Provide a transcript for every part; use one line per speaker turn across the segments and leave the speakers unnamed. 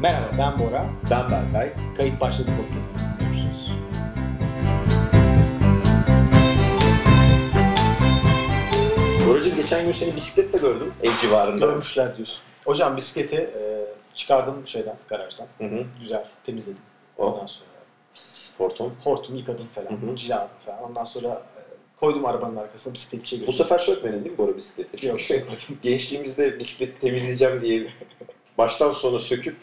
Merhaba ben Bora.
Ben Berkay.
Kayıt başladı podcast'ı dinliyorsunuz.
Boracığım geçen gün seni bisikletle gördüm ev civarında.
Dövmüşler diyorsun. Hocam bisikleti e, çıkardım şeyden, garajdan.
Hı hı.
Güzel, temizledim.
O
Ondan sonra
sportum.
hortum yıkadım falan,
Hı hı.
cilaladım falan. Ondan sonra e, koydum arabanın arkasına bisikletçiye
Bu
götürdüm.
sefer sökmedin değil mi Bora bisikleti?
Yok,
Çünkü
sökmedim.
gençliğimizde bisikleti temizleyeceğim diye baştan sona söküp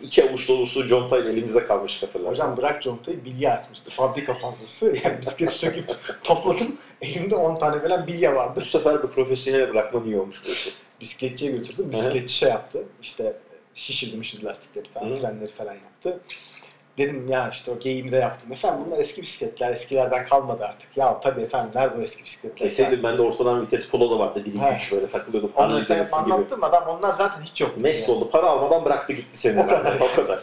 iki avuç dolusu contayla elimizde kalmış hatırlarsan.
Hocam bırak contayı bilye atmıştı. Fabrika fazlası. Yani bisikleti söküp topladım. Elimde 10 tane falan bilye vardı.
bu sefer bir profesyonel bırakman iyi olmuş. Burcu.
bisikletçiye götürdüm. Bisikletçi şey yaptı. İşte şişirdi mişirdi lastikleri falan
Hı.
frenleri falan yaptı. Dedim ya işte o geyiğimi de yaptım. Efendim bunlar eski bisikletler. Eskilerden kalmadı artık. Ya tabii efendim nerede o eski bisikletler?
Deseydim ben de ortadan vites polo da vardı. 1 2
Ha.
3 böyle takılıyordum.
Onları
Harley
efendim
Davidson gibi.
anlattım adam onlar zaten hiç yok.
Mest oldu. Para almadan bıraktı gitti seni.
O kadar.
o kadar.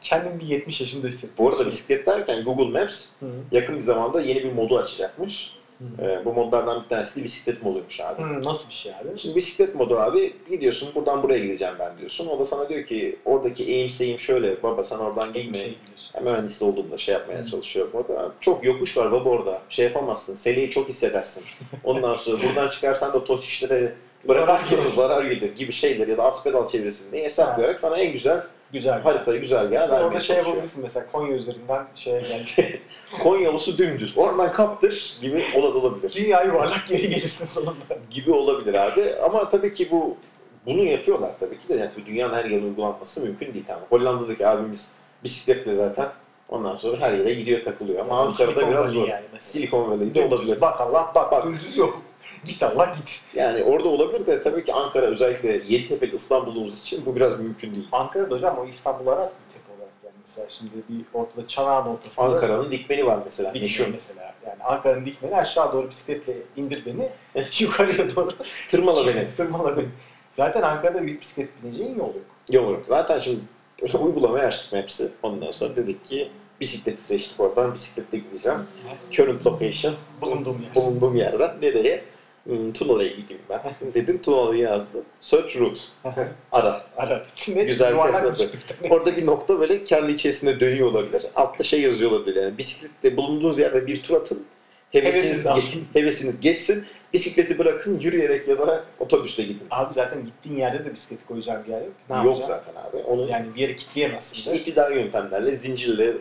Kendim bir 70 yaşında hissettim.
Bu arada bisiklet derken Google Maps
Hı.
yakın bir zamanda yeni bir modu açacakmış.
Hı.
Ee, bu modlardan bir tanesi de bisiklet moduymuş abi.
Hı, nasıl bir şey abi?
Şimdi bisiklet modu abi gidiyorsun buradan buraya gideceğim ben diyorsun. O da sana diyor ki oradaki eğim seyim şöyle baba sen oradan
Game
gitme.
şey biliyorsun.
Yani mühendis de olduğumda şey yapmaya
Hı.
çalışıyor orada. Çok yokuş var baba orada. Şey yapamazsın. Seleyi çok hissedersin. Ondan sonra buradan çıkarsan da tostişlere bırakırsın
Zarar gelir.
zarar gelir gibi şeyler ya da aspedal çevresinde hesaplayarak sana en güzel
Güzel.
haritayı güzergahı vermeye
Orada şey
çalışıyor.
yapabilirsin mesela Konya üzerinden şeye geldi.
Konyalısı dümdüz. Oradan kaptır gibi ola da olabilir.
Dünya yuvarlak geri gelirsin sonunda.
gibi olabilir abi. Ama tabii ki bu bunu yapıyorlar tabii ki de. Yani tabii dünyanın her yerine uygulanması mümkün değil. Tamam. Hollanda'daki abimiz bisikletle zaten ondan sonra her yere gidiyor takılıyor. Ama Ankara'da
Silikon
biraz
Valley
zor.
yani mesela.
Silikon Valley'de
Dümdüz
olabilir.
Bak Allah bak,
Bak.
dümdüz yok. Git Allah git.
Yani orada olabilir de tabii ki Ankara özellikle Yeditepe ile İstanbul'umuz için bu biraz mümkün değil.
Ankara'da hocam o İstanbul'a arat bir tepe olarak yani mesela şimdi bir ortada çanağın ortasında
Ankara'nın dikmeni var mesela.
dikmeni
Meşhur.
mesela. Yani Ankara'nın dikmeni aşağı doğru bisikletle indir beni yukarıya doğru
Tırmala beni.
tırmala beni. Zaten Ankara'da büyük bisiklet bineceğin yol yok.
Yol yok. Zaten şimdi uygulamaya açtık hepsi. Ondan sonra dedik ki bisikleti seçtik oradan bisikletle gideceğim. Current location
Bulunduğum yer.
bulunduğum yerden nereye? Hmm, Tunalı'ya gideyim ben. Dedim Tunalı'ya yazdım. Search route. Ara.
Ararat. Ne
Güzel bir
yuvarlak
tepe.
çıktı.
Orada bir nokta böyle kendi içerisinde dönüyor olabilir. Altta şey yazıyor olabilir yani. Bisikletle bulunduğunuz yerde bir tur atın. Hevesiniz,
Hevesiniz
ge-
alsın.
hevesiniz geçsin. Bisikleti bırakın yürüyerek ya da otobüsle gidin.
Abi zaten gittiğin yerde de bisikleti koyacağın bir yer yok. Ne
Yok
yapacaksın?
zaten abi. Onu
Yani bir yere kilitleyemezsin.
işte
de.
iktidar yöntemlerle, zincirle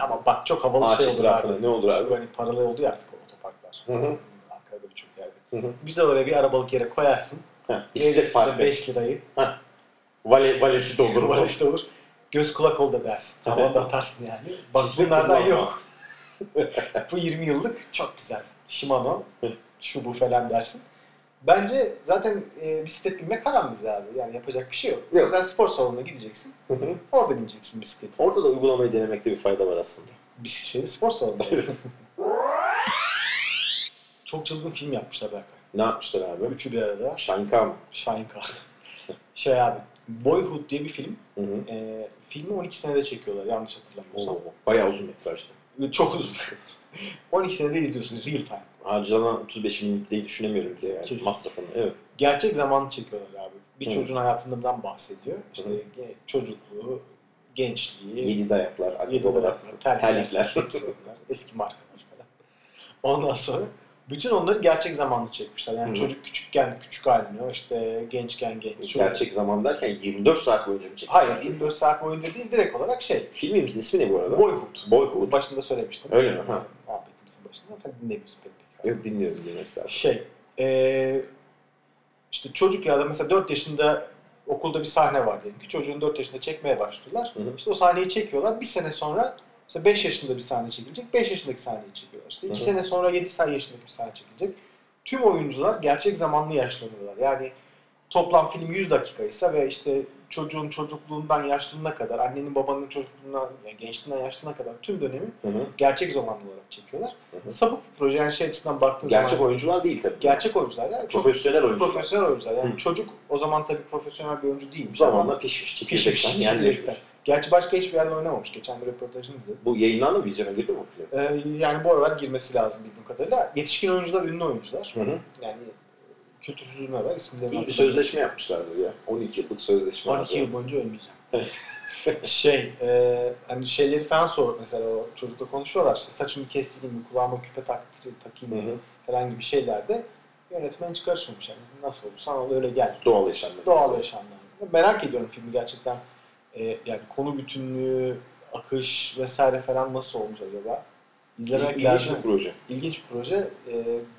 Ama bak çok havalı
Ağaç
şey olur
etrafına
abi.
ne olur abi?
Şu hani paralı oldu ya artık o otoparklar.
Hı hı.
Ankara'da birçok yerde.
Hı hı.
Güzel oraya bir arabalık yere koyarsın.
Heh, bisiklet parkı.
5 lirayı.
Vale, valesi doldur.
Olur işte olur. Göz kulak ol da dersin. Havanda atarsın yani. Bak
Bisiklet
bunlardan
kullanma.
yok. Bu 20 yıllık çok güzel. Shimano, şu bu falan dersin. Bence zaten e, bisiklet binmek haram bize abi. Yani yapacak bir şey yok.
Yok.
Sen spor salonuna gideceksin.
Hı hı.
Orada bineceksin bisikleti.
Orada da uygulamayı denemekte bir fayda var aslında.
Bir şeyde spor salonunda. çok çılgın film yapmışlar Berkay.
Ne yapmışlar abi?
Üçü bir arada.
Şanka mı?
Şahin Kağan. şey abi. Boyhood diye bir film.
Hı hı.
E, filmi 12 senede çekiyorlar yanlış hatırlamıyorsam.
Oo, Bayağı uzun metrajlı.
Çok uzun. 12 senede izliyorsun real time.
Harcanan 35 bin litreyi düşünemiyorum bile yani
Kesin.
masrafını. Evet.
Gerçek zamanı çekiyorlar abi. Bir
Hı.
çocuğun hayatından bahsediyor. İşte
Hı.
ge- çocukluğu, gençliği,
Yedi dayaklar, anne
yedi
babalar,
dudaklar,
terlikler.
elbiseler, eski markalar falan. Ondan sonra bütün onları gerçek zamanlı çekmişler. Yani
Hı.
çocuk küçükken küçük halini, işte gençken genç. Çocuk-
Gerçek zaman derken 24 saat boyunca mı çekti?
Hayır, 24 saat boyunca değil, direkt olarak şey,
Filmimizin ismi ne bu arada?
Boyhood.
Boyhood.
Başında söylemiştim.
Öyle mi? Ha.
Muhabbetimizin başında. Ben dinlemiyorsun pek.
Yok dinliyorum yine mesela.
Şey, eee işte çocuk ya da mesela 4 yaşında okulda bir sahne var diyelim ki çocuğun 4 yaşında çekmeye başlıyorlar.
Hı hı.
İşte o sahneyi çekiyorlar. Bir sene sonra mesela 5 yaşında bir sahne çekilecek. 5 yaşındaki sahneyi çekiyorlar. İşte 2
Hı hı.
sene sonra 7 sene yaşındaki bir sahne çekilecek. Tüm oyuncular gerçek zamanlı yaşlanıyorlar. Yani toplam film 100 dakika ise ve işte çocuğun çocukluğundan yaşlılığına kadar, annenin babanın çocukluğundan, yani gençliğinden yaşlılığına kadar tüm dönemi
Hı hı.
gerçek zamanlı olarak çekiyorlar.
Hı hı.
Sapık bir proje yani şey açısından baktığın
Gerçek
zaman
oyuncular değil tabii.
gerçek oyuncular ya. Çok
Profesyonel oyuncular.
profesyonel oyuncular. Yani
Hı.
çocuk o zaman tabii profesyonel bir oyuncu
Bu
değilmiş. ama
Zamanla pişmiş
pişmiş
çekirdekten yerleşmiş.
çekirdekten. Gerçi başka hiçbir yerde oynamamış. Geçen bir röportajını izledim.
Bu yayınlandı mı? Vizyona girdi mi bu film?
Ee, yani bu aralar girmesi lazım bildiğim kadarıyla. Yetişkin oyuncular, ünlü oyuncular.
Hı hı.
Yani kültürsüzlüğüne ver isimlerini
İyi bir
hatırlamıyorum.
sözleşme yapmışlardır ya. 12 yıllık sözleşme.
12 yıl boyunca ölmeyeceğim. şey, e, hani şeyleri falan sor mesela o çocukla konuşuyorlar işte saçımı kestireyim mi, kulağıma küpe taktırayım, takayım
Hı
mı
hı.
falan gibi şeylerde yönetmen hiç karışmamış. Yani nasıl olursa al, öyle gel.
Doğal yaşamda.
Doğal yaşamlar. Merak ediyorum filmi gerçekten. E, yani konu bütünlüğü, akış vesaire falan nasıl olmuş acaba? İzlemek
İlginç
lazım.
bir proje.
İlginç bir proje. E,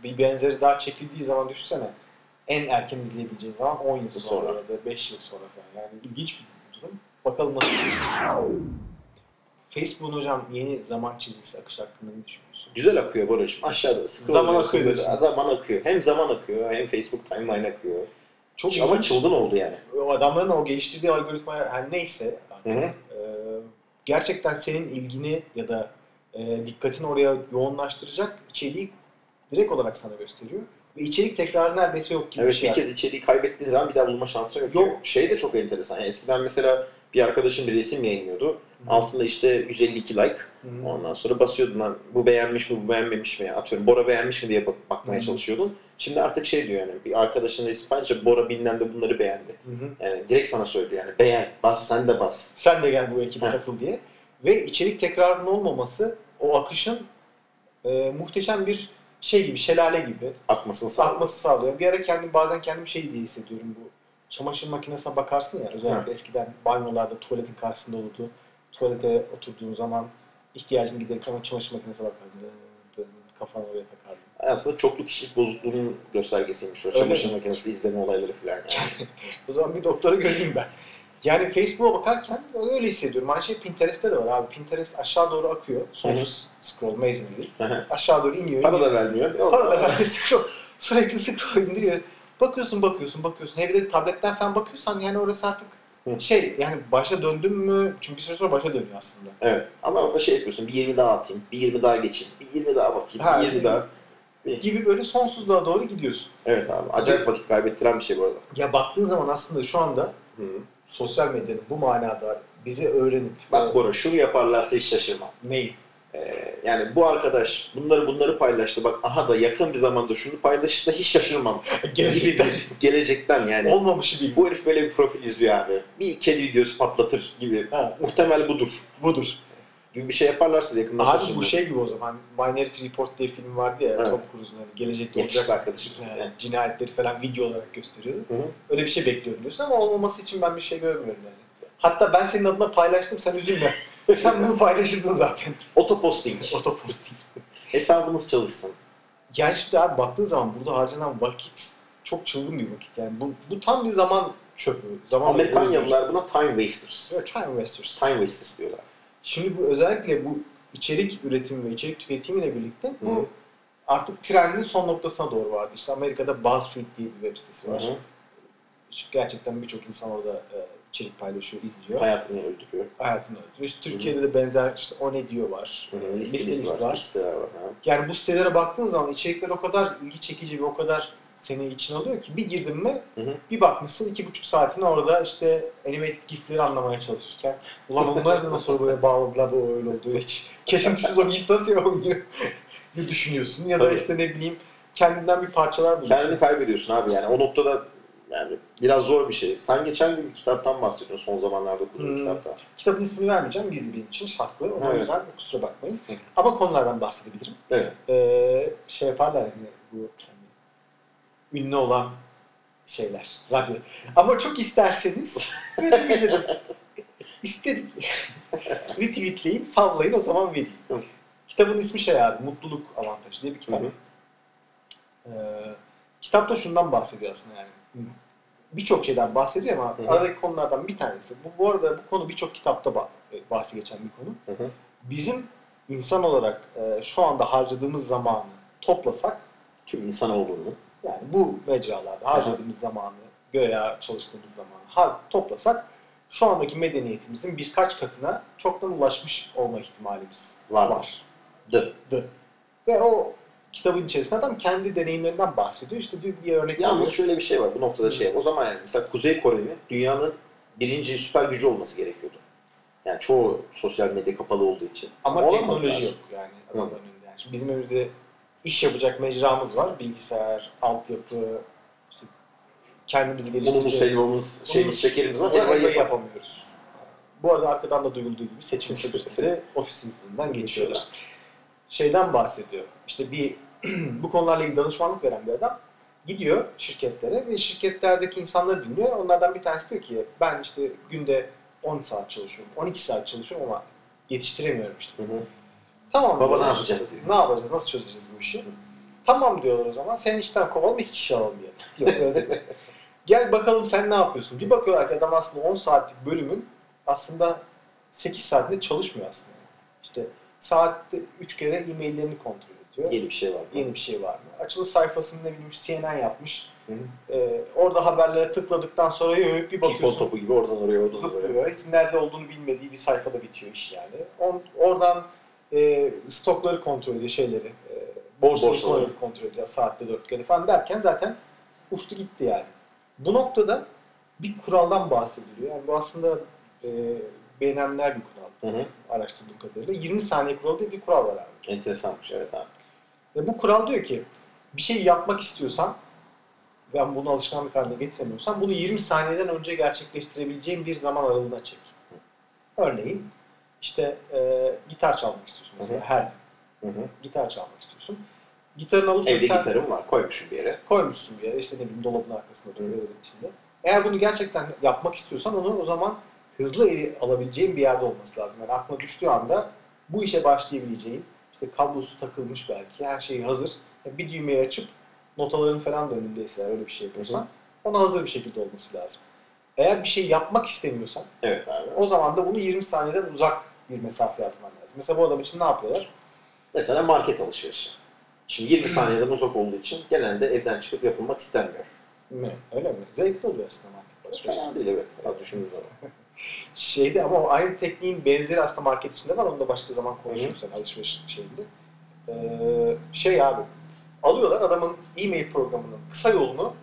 bir benzeri daha çekildiği zaman düşünsene en erken izleyebileceğin zaman 10 yıl sonra,
Sonra.
ya da 5 yıl sonra falan. Yani ilginç bir durum. Bakalım nasıl Facebook'un hocam yeni zaman çizgisi akış hakkında ne düşünüyorsun?
Güzel akıyor Barış'ım. Aşağıda sıkı
Zaman
oluyor,
akıyor
sıkı oluyor.
diyorsun.
Zaman akıyor. Hem zaman akıyor hem Facebook timeline akıyor.
Çok
Ama
ilginç.
çılgın oldu yani.
O adamların o geliştirdiği algoritma her neyse artık,
Hı hı.
e, gerçekten senin ilgini ya da e, dikkatini oraya yoğunlaştıracak içeriği direkt olarak sana gösteriyor. Ve içerik tekrarı neredeyse yok gibi
Evet
bir şey.
bir kez içeriği kaybettiğin zaman bir daha bulma şansın yok.
Yok.
Şey de çok enteresan. Yani eskiden mesela bir arkadaşım bir resim yayınlıyordu. Altında işte 152 like.
Hı.
Ondan sonra basıyordun lan bu beğenmiş mi bu beğenmemiş mi atıyorum Bora beğenmiş mi diye bak- bakmaya
Hı.
çalışıyordun. Şimdi artık şey diyor yani bir arkadaşın resmi paylaşınca Bora bilmem de bunları beğendi.
Hı hı.
Yani direkt sana söylüyor yani beğen bas sen de bas.
Sen de gel bu ekibe
Heh.
katıl diye. Ve içerik tekrarının olmaması o akışın e, muhteşem bir şey gibi, şelale gibi
Akmasını sağ.
akması sağlıyor. Bir ara kendim bazen kendimi şey diye hissediyorum bu. Çamaşır makinesine bakarsın ya özellikle eskiden banyolarda tuvaletin karşısında olurdu. Tuvalete oturduğun zaman ihtiyacını giderirken o çamaşır makinesine bakardın. Dın, dın, Kafanı oraya takardın.
Aslında çoklu kişilik bozukluğunun göstergesiymiş o
Öyle
çamaşır
mi?
makinesi izleme olayları falan. Yani.
O zaman bir doktora göreyim ben. Yani Facebook'a bakarken öyle hissediyorum. Aynı şey Pinterest'te de var abi. Pinterest aşağı doğru akıyor. Sonsuz scroll, maze midir?
Aha.
Aşağı doğru iniyor.
Para
iniyor.
da vermiyor. Yok.
Para da ver. scroll. Sürekli scroll indiriyor. Bakıyorsun bakıyorsun bakıyorsun. Hele bir de tabletten falan bakıyorsan yani orası artık
Hı.
şey yani başa döndün mü? Çünkü bir süre sonra başa dönüyor aslında.
Evet. Ama orada şey yapıyorsun. Bir 20 daha atayım. Bir 20 daha geçeyim. Bir 20 daha bakayım.
Ha,
bir 20
evet.
daha.
Gibi böyle sonsuzluğa doğru gidiyorsun.
Evet abi. Acayip vakit kaybettiren bir şey bu arada.
Ya baktığın zaman aslında şu anda
Hı.
sosyal medyanın bu manada bizi öğrenip e,
Bak Bora şunu yaparlarsa hiç şaşırmam.
neyi?
Ee, yani bu arkadaş bunları bunları paylaştı. Bak aha da yakın bir zamanda şunu paylaşırsa hiç şaşırmam.
Gelecekten
Gibi bir- Gelecekten yani.
olmamışı bilmiyor.
Bu herif böyle bir profil izliyor abi. Bir kedi videosu patlatır gibi.
Ha,
Muhtemel budur.
budur.
Gibi bir şey yaparlarsa yakında
Abi
şaşırmam.
bu şey gibi o zaman. Minority Report diye film vardı ya.
Evet.
Tom Cruise'un hani gelecekte
Yakışıklı
olacak
arkadaşımız.
e,
Yani.
cinayetleri falan video olarak gösteriyordu.
Hı hı.
Öyle bir şey bekliyorum diyorsun ama olmaması için ben bir şey görmüyorum yani. Hatta ben senin adına paylaştım sen üzülme. E sen bunu paylaşırdın zaten.
Otoposting.
Otoposting.
Hesabınız çalışsın.
Yani şimdi abi baktığın zaman burada harcanan vakit çok çılgın bir vakit. Yani bu, bu tam bir zaman çöpü. Zaman şey.
Amerikanyalılar buna time wasters.
Evet, Time wasters.
Time wasters diyorlar.
Şimdi bu özellikle bu içerik üretimi ve içerik tüketimiyle birlikte bu
Hı.
artık trendin son noktasına doğru vardı. İşte Amerika'da BuzzFeed diye bir web sitesi var.
Hı hı.
İşte Gerçekten birçok insan orada e, içerik paylaşıyor, izliyor.
Hayatını öldürüyor.
Hayatını öldürüyor. İşte Türkiye'de de benzer işte o ne diyor var.
Hı hı.
E,
Liste,
Liste list
liste var.
var.
Listeler var. Ha.
Yani bu sitelere baktığın zaman içerikler o kadar ilgi çekici ve o kadar seni için alıyor ki bir girdin mi
Hı hı.
bir bakmışsın iki buçuk saatini orada işte animated gifleri anlamaya çalışırken ulan onlar da nasıl böyle bağladılar da o öyle oldu hiç kesintisiz o gif nasıl yapılıyor diye düşünüyorsun ya da
Tabii.
işte ne bileyim kendinden bir parçalar buluyorsun.
Kendini kaybediyorsun abi yani o noktada yani biraz zor bir şey. Sen geçen gün bir kitaptan bahsediyordun son zamanlarda okuduğun
Hmm.
kitaptan.
Kitabın ismini vermeyeceğim gizli benim için saklı o
Evet.
yüzden kusura bakmayın
Hı.
ama konulardan bahsedebilirim.
Evet.
Ee, şey yaparlar hani bu hani, ünlü olan şeyler, radyo. Ama çok isterseniz verebilirim. İstedik. Retweetleyin, sallayın o zaman vereyim.
Hı.
Kitabın ismi şey abi, Mutluluk Avantajı diye bir kitap.
Hı hı.
Ee, kitap da şundan bahsediyor aslında yani. Birçok şeyden bahsediyor ama
Hı hı.
aradaki konulardan bir tanesi. Bu, bu arada bu konu birçok kitapta bah- e, bahsi geçen bir konu.
Hı hı.
Bizim insan olarak e, şu anda harcadığımız zamanı toplasak
Tüm insan olduğunu.
yani bu mecralarda harcadığımız zamanı, göya çalıştığımız zamanı har- toplasak şu andaki medeniyetimizin birkaç katına çoktan ulaşmış olma ihtimalimiz
Var.
var.
Dı.
Ve o kitabın içerisinde adam kendi deneyimlerinden bahsediyor. İşte bir, bir örnek
Yalnız
veriyor.
şöyle bir şey var bu noktada şey. O zaman yani mesela Kuzey Kore'nin dünyanın birinci süper gücü olması gerekiyordu. Yani çoğu sosyal medya kapalı olduğu için.
Ama
Olamadılar.
teknoloji yok yani adamın
Hı.
önünde. Yani şimdi bizim önümüzde iş yapacak mecramız var. Bilgisayar, altyapı, işte kendimizi
Bunu bu
geliştireceğiz.
helvamız, şeyimiz, şey, şekerimiz var.
Bunu
Helvayı yap.
yapamıyoruz. Bu arada arkadan da duyulduğu gibi seçim sürecinde ofisimizden geçiyorlar. Şeyden bahsediyor. İşte bir bu konularla ilgili danışmanlık veren bir adam gidiyor şirketlere ve şirketlerdeki insanları dinliyor. Onlardan bir tanesi diyor ki ben işte günde 10 saat çalışıyorum, 12 saat çalışıyorum ama yetiştiremiyorum işte.
Hı hı.
Tamam
Baba
diyorlar.
ne yapacağız diyor.
Ne yapacağız? Nasıl çözeceğiz bu işi? Tamam diyorlar o zaman. Seni işten kovalım iki kişi alalım diye. Yok öyle değil. Gel bakalım sen ne yapıyorsun? Bir bakıyorlar ki adam aslında 10 saatlik bölümün aslında 8 saatinde çalışmıyor aslında. İşte saatte 3 kere e-maillerini kontrol ediyor.
Yeni bir şey var.
Yeni bir şey var mı? Açılış sayfasını ne bileyim CNN yapmış.
Hı.
Ee, orada haberlere tıkladıktan sonra yürüyüp bir
Pipon
bakıyorsun
topu gibi oradan oraya oradan oraya.
zıplıyor. Hiç nerede olduğunu bilmediği bir sayfada bitiyor iş yani. On, oradan e, stokları kontrol ediyor şeyleri. E, borsaları
Borsaları.
kontrol- kontrol ediyor saatte dört kere falan derken zaten uçtu gitti yani. Bu noktada bir kuraldan bahsediliyor. Yani bu aslında e, beğenenler bir kural
Hı hı.
araştırdığım kadarıyla. 20 saniye kuralı diye bir kural var abi.
Enteresanmış evet abi.
Ve bu kural diyor ki bir şey yapmak istiyorsan ben bunu alışkanlık haline getiremiyorsam bunu 20 saniyeden önce gerçekleştirebileceğim bir zaman aralığına çek. Örneğin işte e, gitar çalmak istiyorsun mesela her gün.
Hı hı.
Gitar çalmak istiyorsun. Gitarını alıp
Evde
mesela
gitarım var. Koymuşum bir yere.
koymuşsun bir yere işte ne bileyim dolabın arkasında duruyor
Hı.
dolabın içinde. Eğer bunu gerçekten yapmak istiyorsan onu o zaman hızlı ele alabileceğin bir yerde olması lazım. Yani aklına düştüğü anda bu işe başlayabileceğin işte kablosu takılmış belki her şey hazır. Yani bir düğmeyi açıp notaların falan da önündeyse eğer öyle bir şey yapıyorsan ona hazır bir şekilde olması lazım. Eğer bir şey yapmak istemiyorsan
Evet abi.
o zaman da bunu 20 saniyeden uzak bir mesafeye atman lazım. Mesela bu adam için ne yapıyorlar?
Mesela market alışverişi. Şimdi 20 saniyeden uzak olduğu için genelde evden çıkıp yapılmak istenmiyor.
Ne? Öyle mi? Zevkli oluyor aslında market alışverişi.
Fena değil evet. Ya düşündüğüm zaman.
şeyde ama o aynı tekniğin benzeri aslında market içinde var. Onu da başka zaman konuşuruz sen alışveriş şeyinde. Ee, şey abi alıyorlar adamın e-mail programının kısa yolunu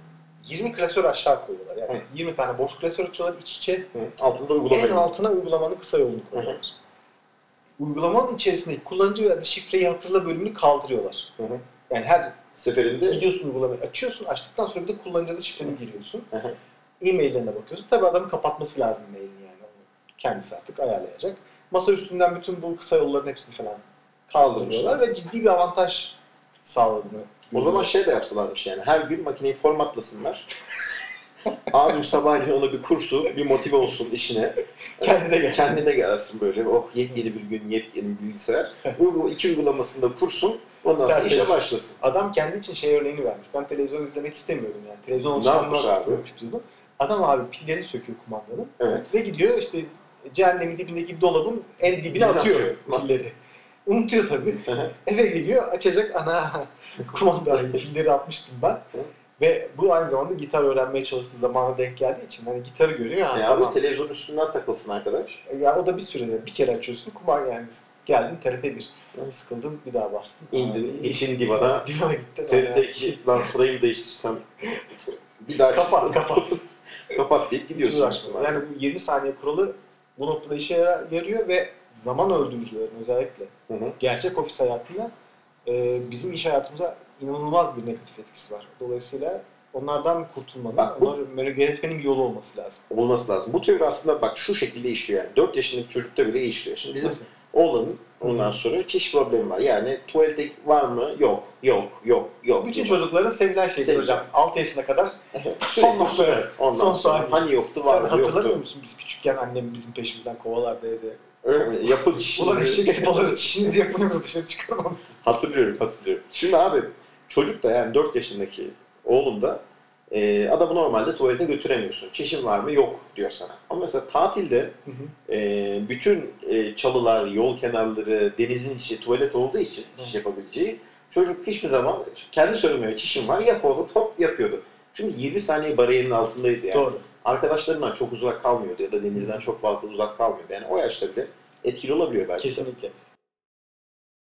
20 klasör aşağı koyuyorlar. Yani
Hı.
20 tane boş klasör açıyorlar iç içe.
Hı. Altında uygulama.
En altına uygulamanın kısa yolunu koyuyorlar. Uygulamanın içerisindeki kullanıcı ve şifreyi hatırla bölümünü kaldırıyorlar.
Hı hı.
Yani her
Seferinde
gidiyorsun uygulamayı açıyorsun. Açtıktan sonra bir de kullanıcı adı şifreni giriyorsun.
Hı hı.
E-maillerine bakıyorsun. Tabii adamın kapatması lazım mailini yani. Onu kendisi artık ayarlayacak. Masa üstünden bütün bu kısa yolların hepsini falan kaldırıyorlar
kaldırmışlar.
ve ciddi bir avantaj sağladığını
O zaman şey de yapsalarmış yani. Her gün makineyi formatlasınlar. Abim sabah yine ona bir kursu, bir motive olsun işine.
Kendine gelsin.
Kendine gelsin böyle. Oh yepyeni bir gün, yepyeni bir bilgisayar. Uygulama, iki uygulamasında kursun. Ondan sonra işe
Tertemiz.
başlasın.
Adam kendi için şey örneğini vermiş. Ben televizyon izlemek istemiyordum yani. Televizyon
Ne
alışkanlığı
yapmış
oturtmak
abi?
istiyordum. Adam abi pilleri söküyor kumandanın
Evet.
ve gidiyor işte cehennemin dibindeki dolabın en dibine
Dibine
atıyor,
atıyor.
pilleri. Unutuyor tabii.
Hı hı.
Eve geliyor açacak ana kumandayı pilleri atmıştım ben.
Hı.
Ve bu aynı zamanda gitar öğrenmeye çalıştığı zamana denk geldiği için hani gitarı görüyor. Ha,
Yani
tamam.
abi televizyon üstünden takılsın arkadaş.
Ya o da bir sürede bir kere açıyorsun kumar yani geldin TRT 1.
Hı.
Sıkıldın bir daha bastın.
İndin,
Abi,
gittin divana.
Divana gittin.
TRT 2 lan sırayı mı değiştirsem bir daha
Kapat, kapat.
kapat deyip
Hiç
gidiyorsun.
uğraşma. Yani bu 20 saniye kuralı bu noktada işe yarar- yarıyor ve zaman öldürücülerin özellikle
Hı hı.
gerçek ofis hayatında e, bizim iş hayatımıza inanılmaz bir negatif etkisi var. Dolayısıyla onlardan kurtulmanın,
Bak bu-
onları böyle yönetmenin bir yolu olması lazım.
Olması lazım. Bu teori aslında bak şu şekilde işliyor yani. 4 yaşındaki çocukta bile işliyor. Şimdi bizim
Nasıl?
oğlanın ondan
Hı.
sonra çiş problemi var. Yani tuvalete var mı? Yok, yok, yok, yok.
Bütün
Yok.
çocukların sevilen şeydir
Sevilen.
hocam. 6 yaşına kadar
Evet.
son noktaya.
Ondan
Son
sonra
saniye.
hani yoktu,
Sen
var mı?
hatırlamıyor
Yoktu.
musun biz küçükken annem bizim peşimizden kovalardı evde.
Öyle mi? Yapın çişinizi.
Ulan şey- eşek sıpaları çişinizi yapınız dışarı çıkarmamışsınız.
Hatırlıyorum, hatırlıyorum. Şimdi abi çocuk da yani 4 yaşındaki oğlum da e, adamı normalde tuvalete götüremiyorsun. Çişin var mı? Yok diyor sana. Ama mesela tatilde
Hı hı.
e, bütün e, çalılar, yol kenarları, denizin içi tuvalet olduğu için çiş
Hı.
yapabileceği çocuk hiçbir zaman kendi söylemiyor. Çişin var yap oğlum hop yapıyordu. Çünkü 20 saniye bariyerinin altındaydı yani.
Doğru.
Arkadaşlarından çok uzak kalmıyordu ya da denizden çok fazla uzak kalmıyordu. Yani o yaşta bile etkili olabiliyor belki. de.
Kesinlikle.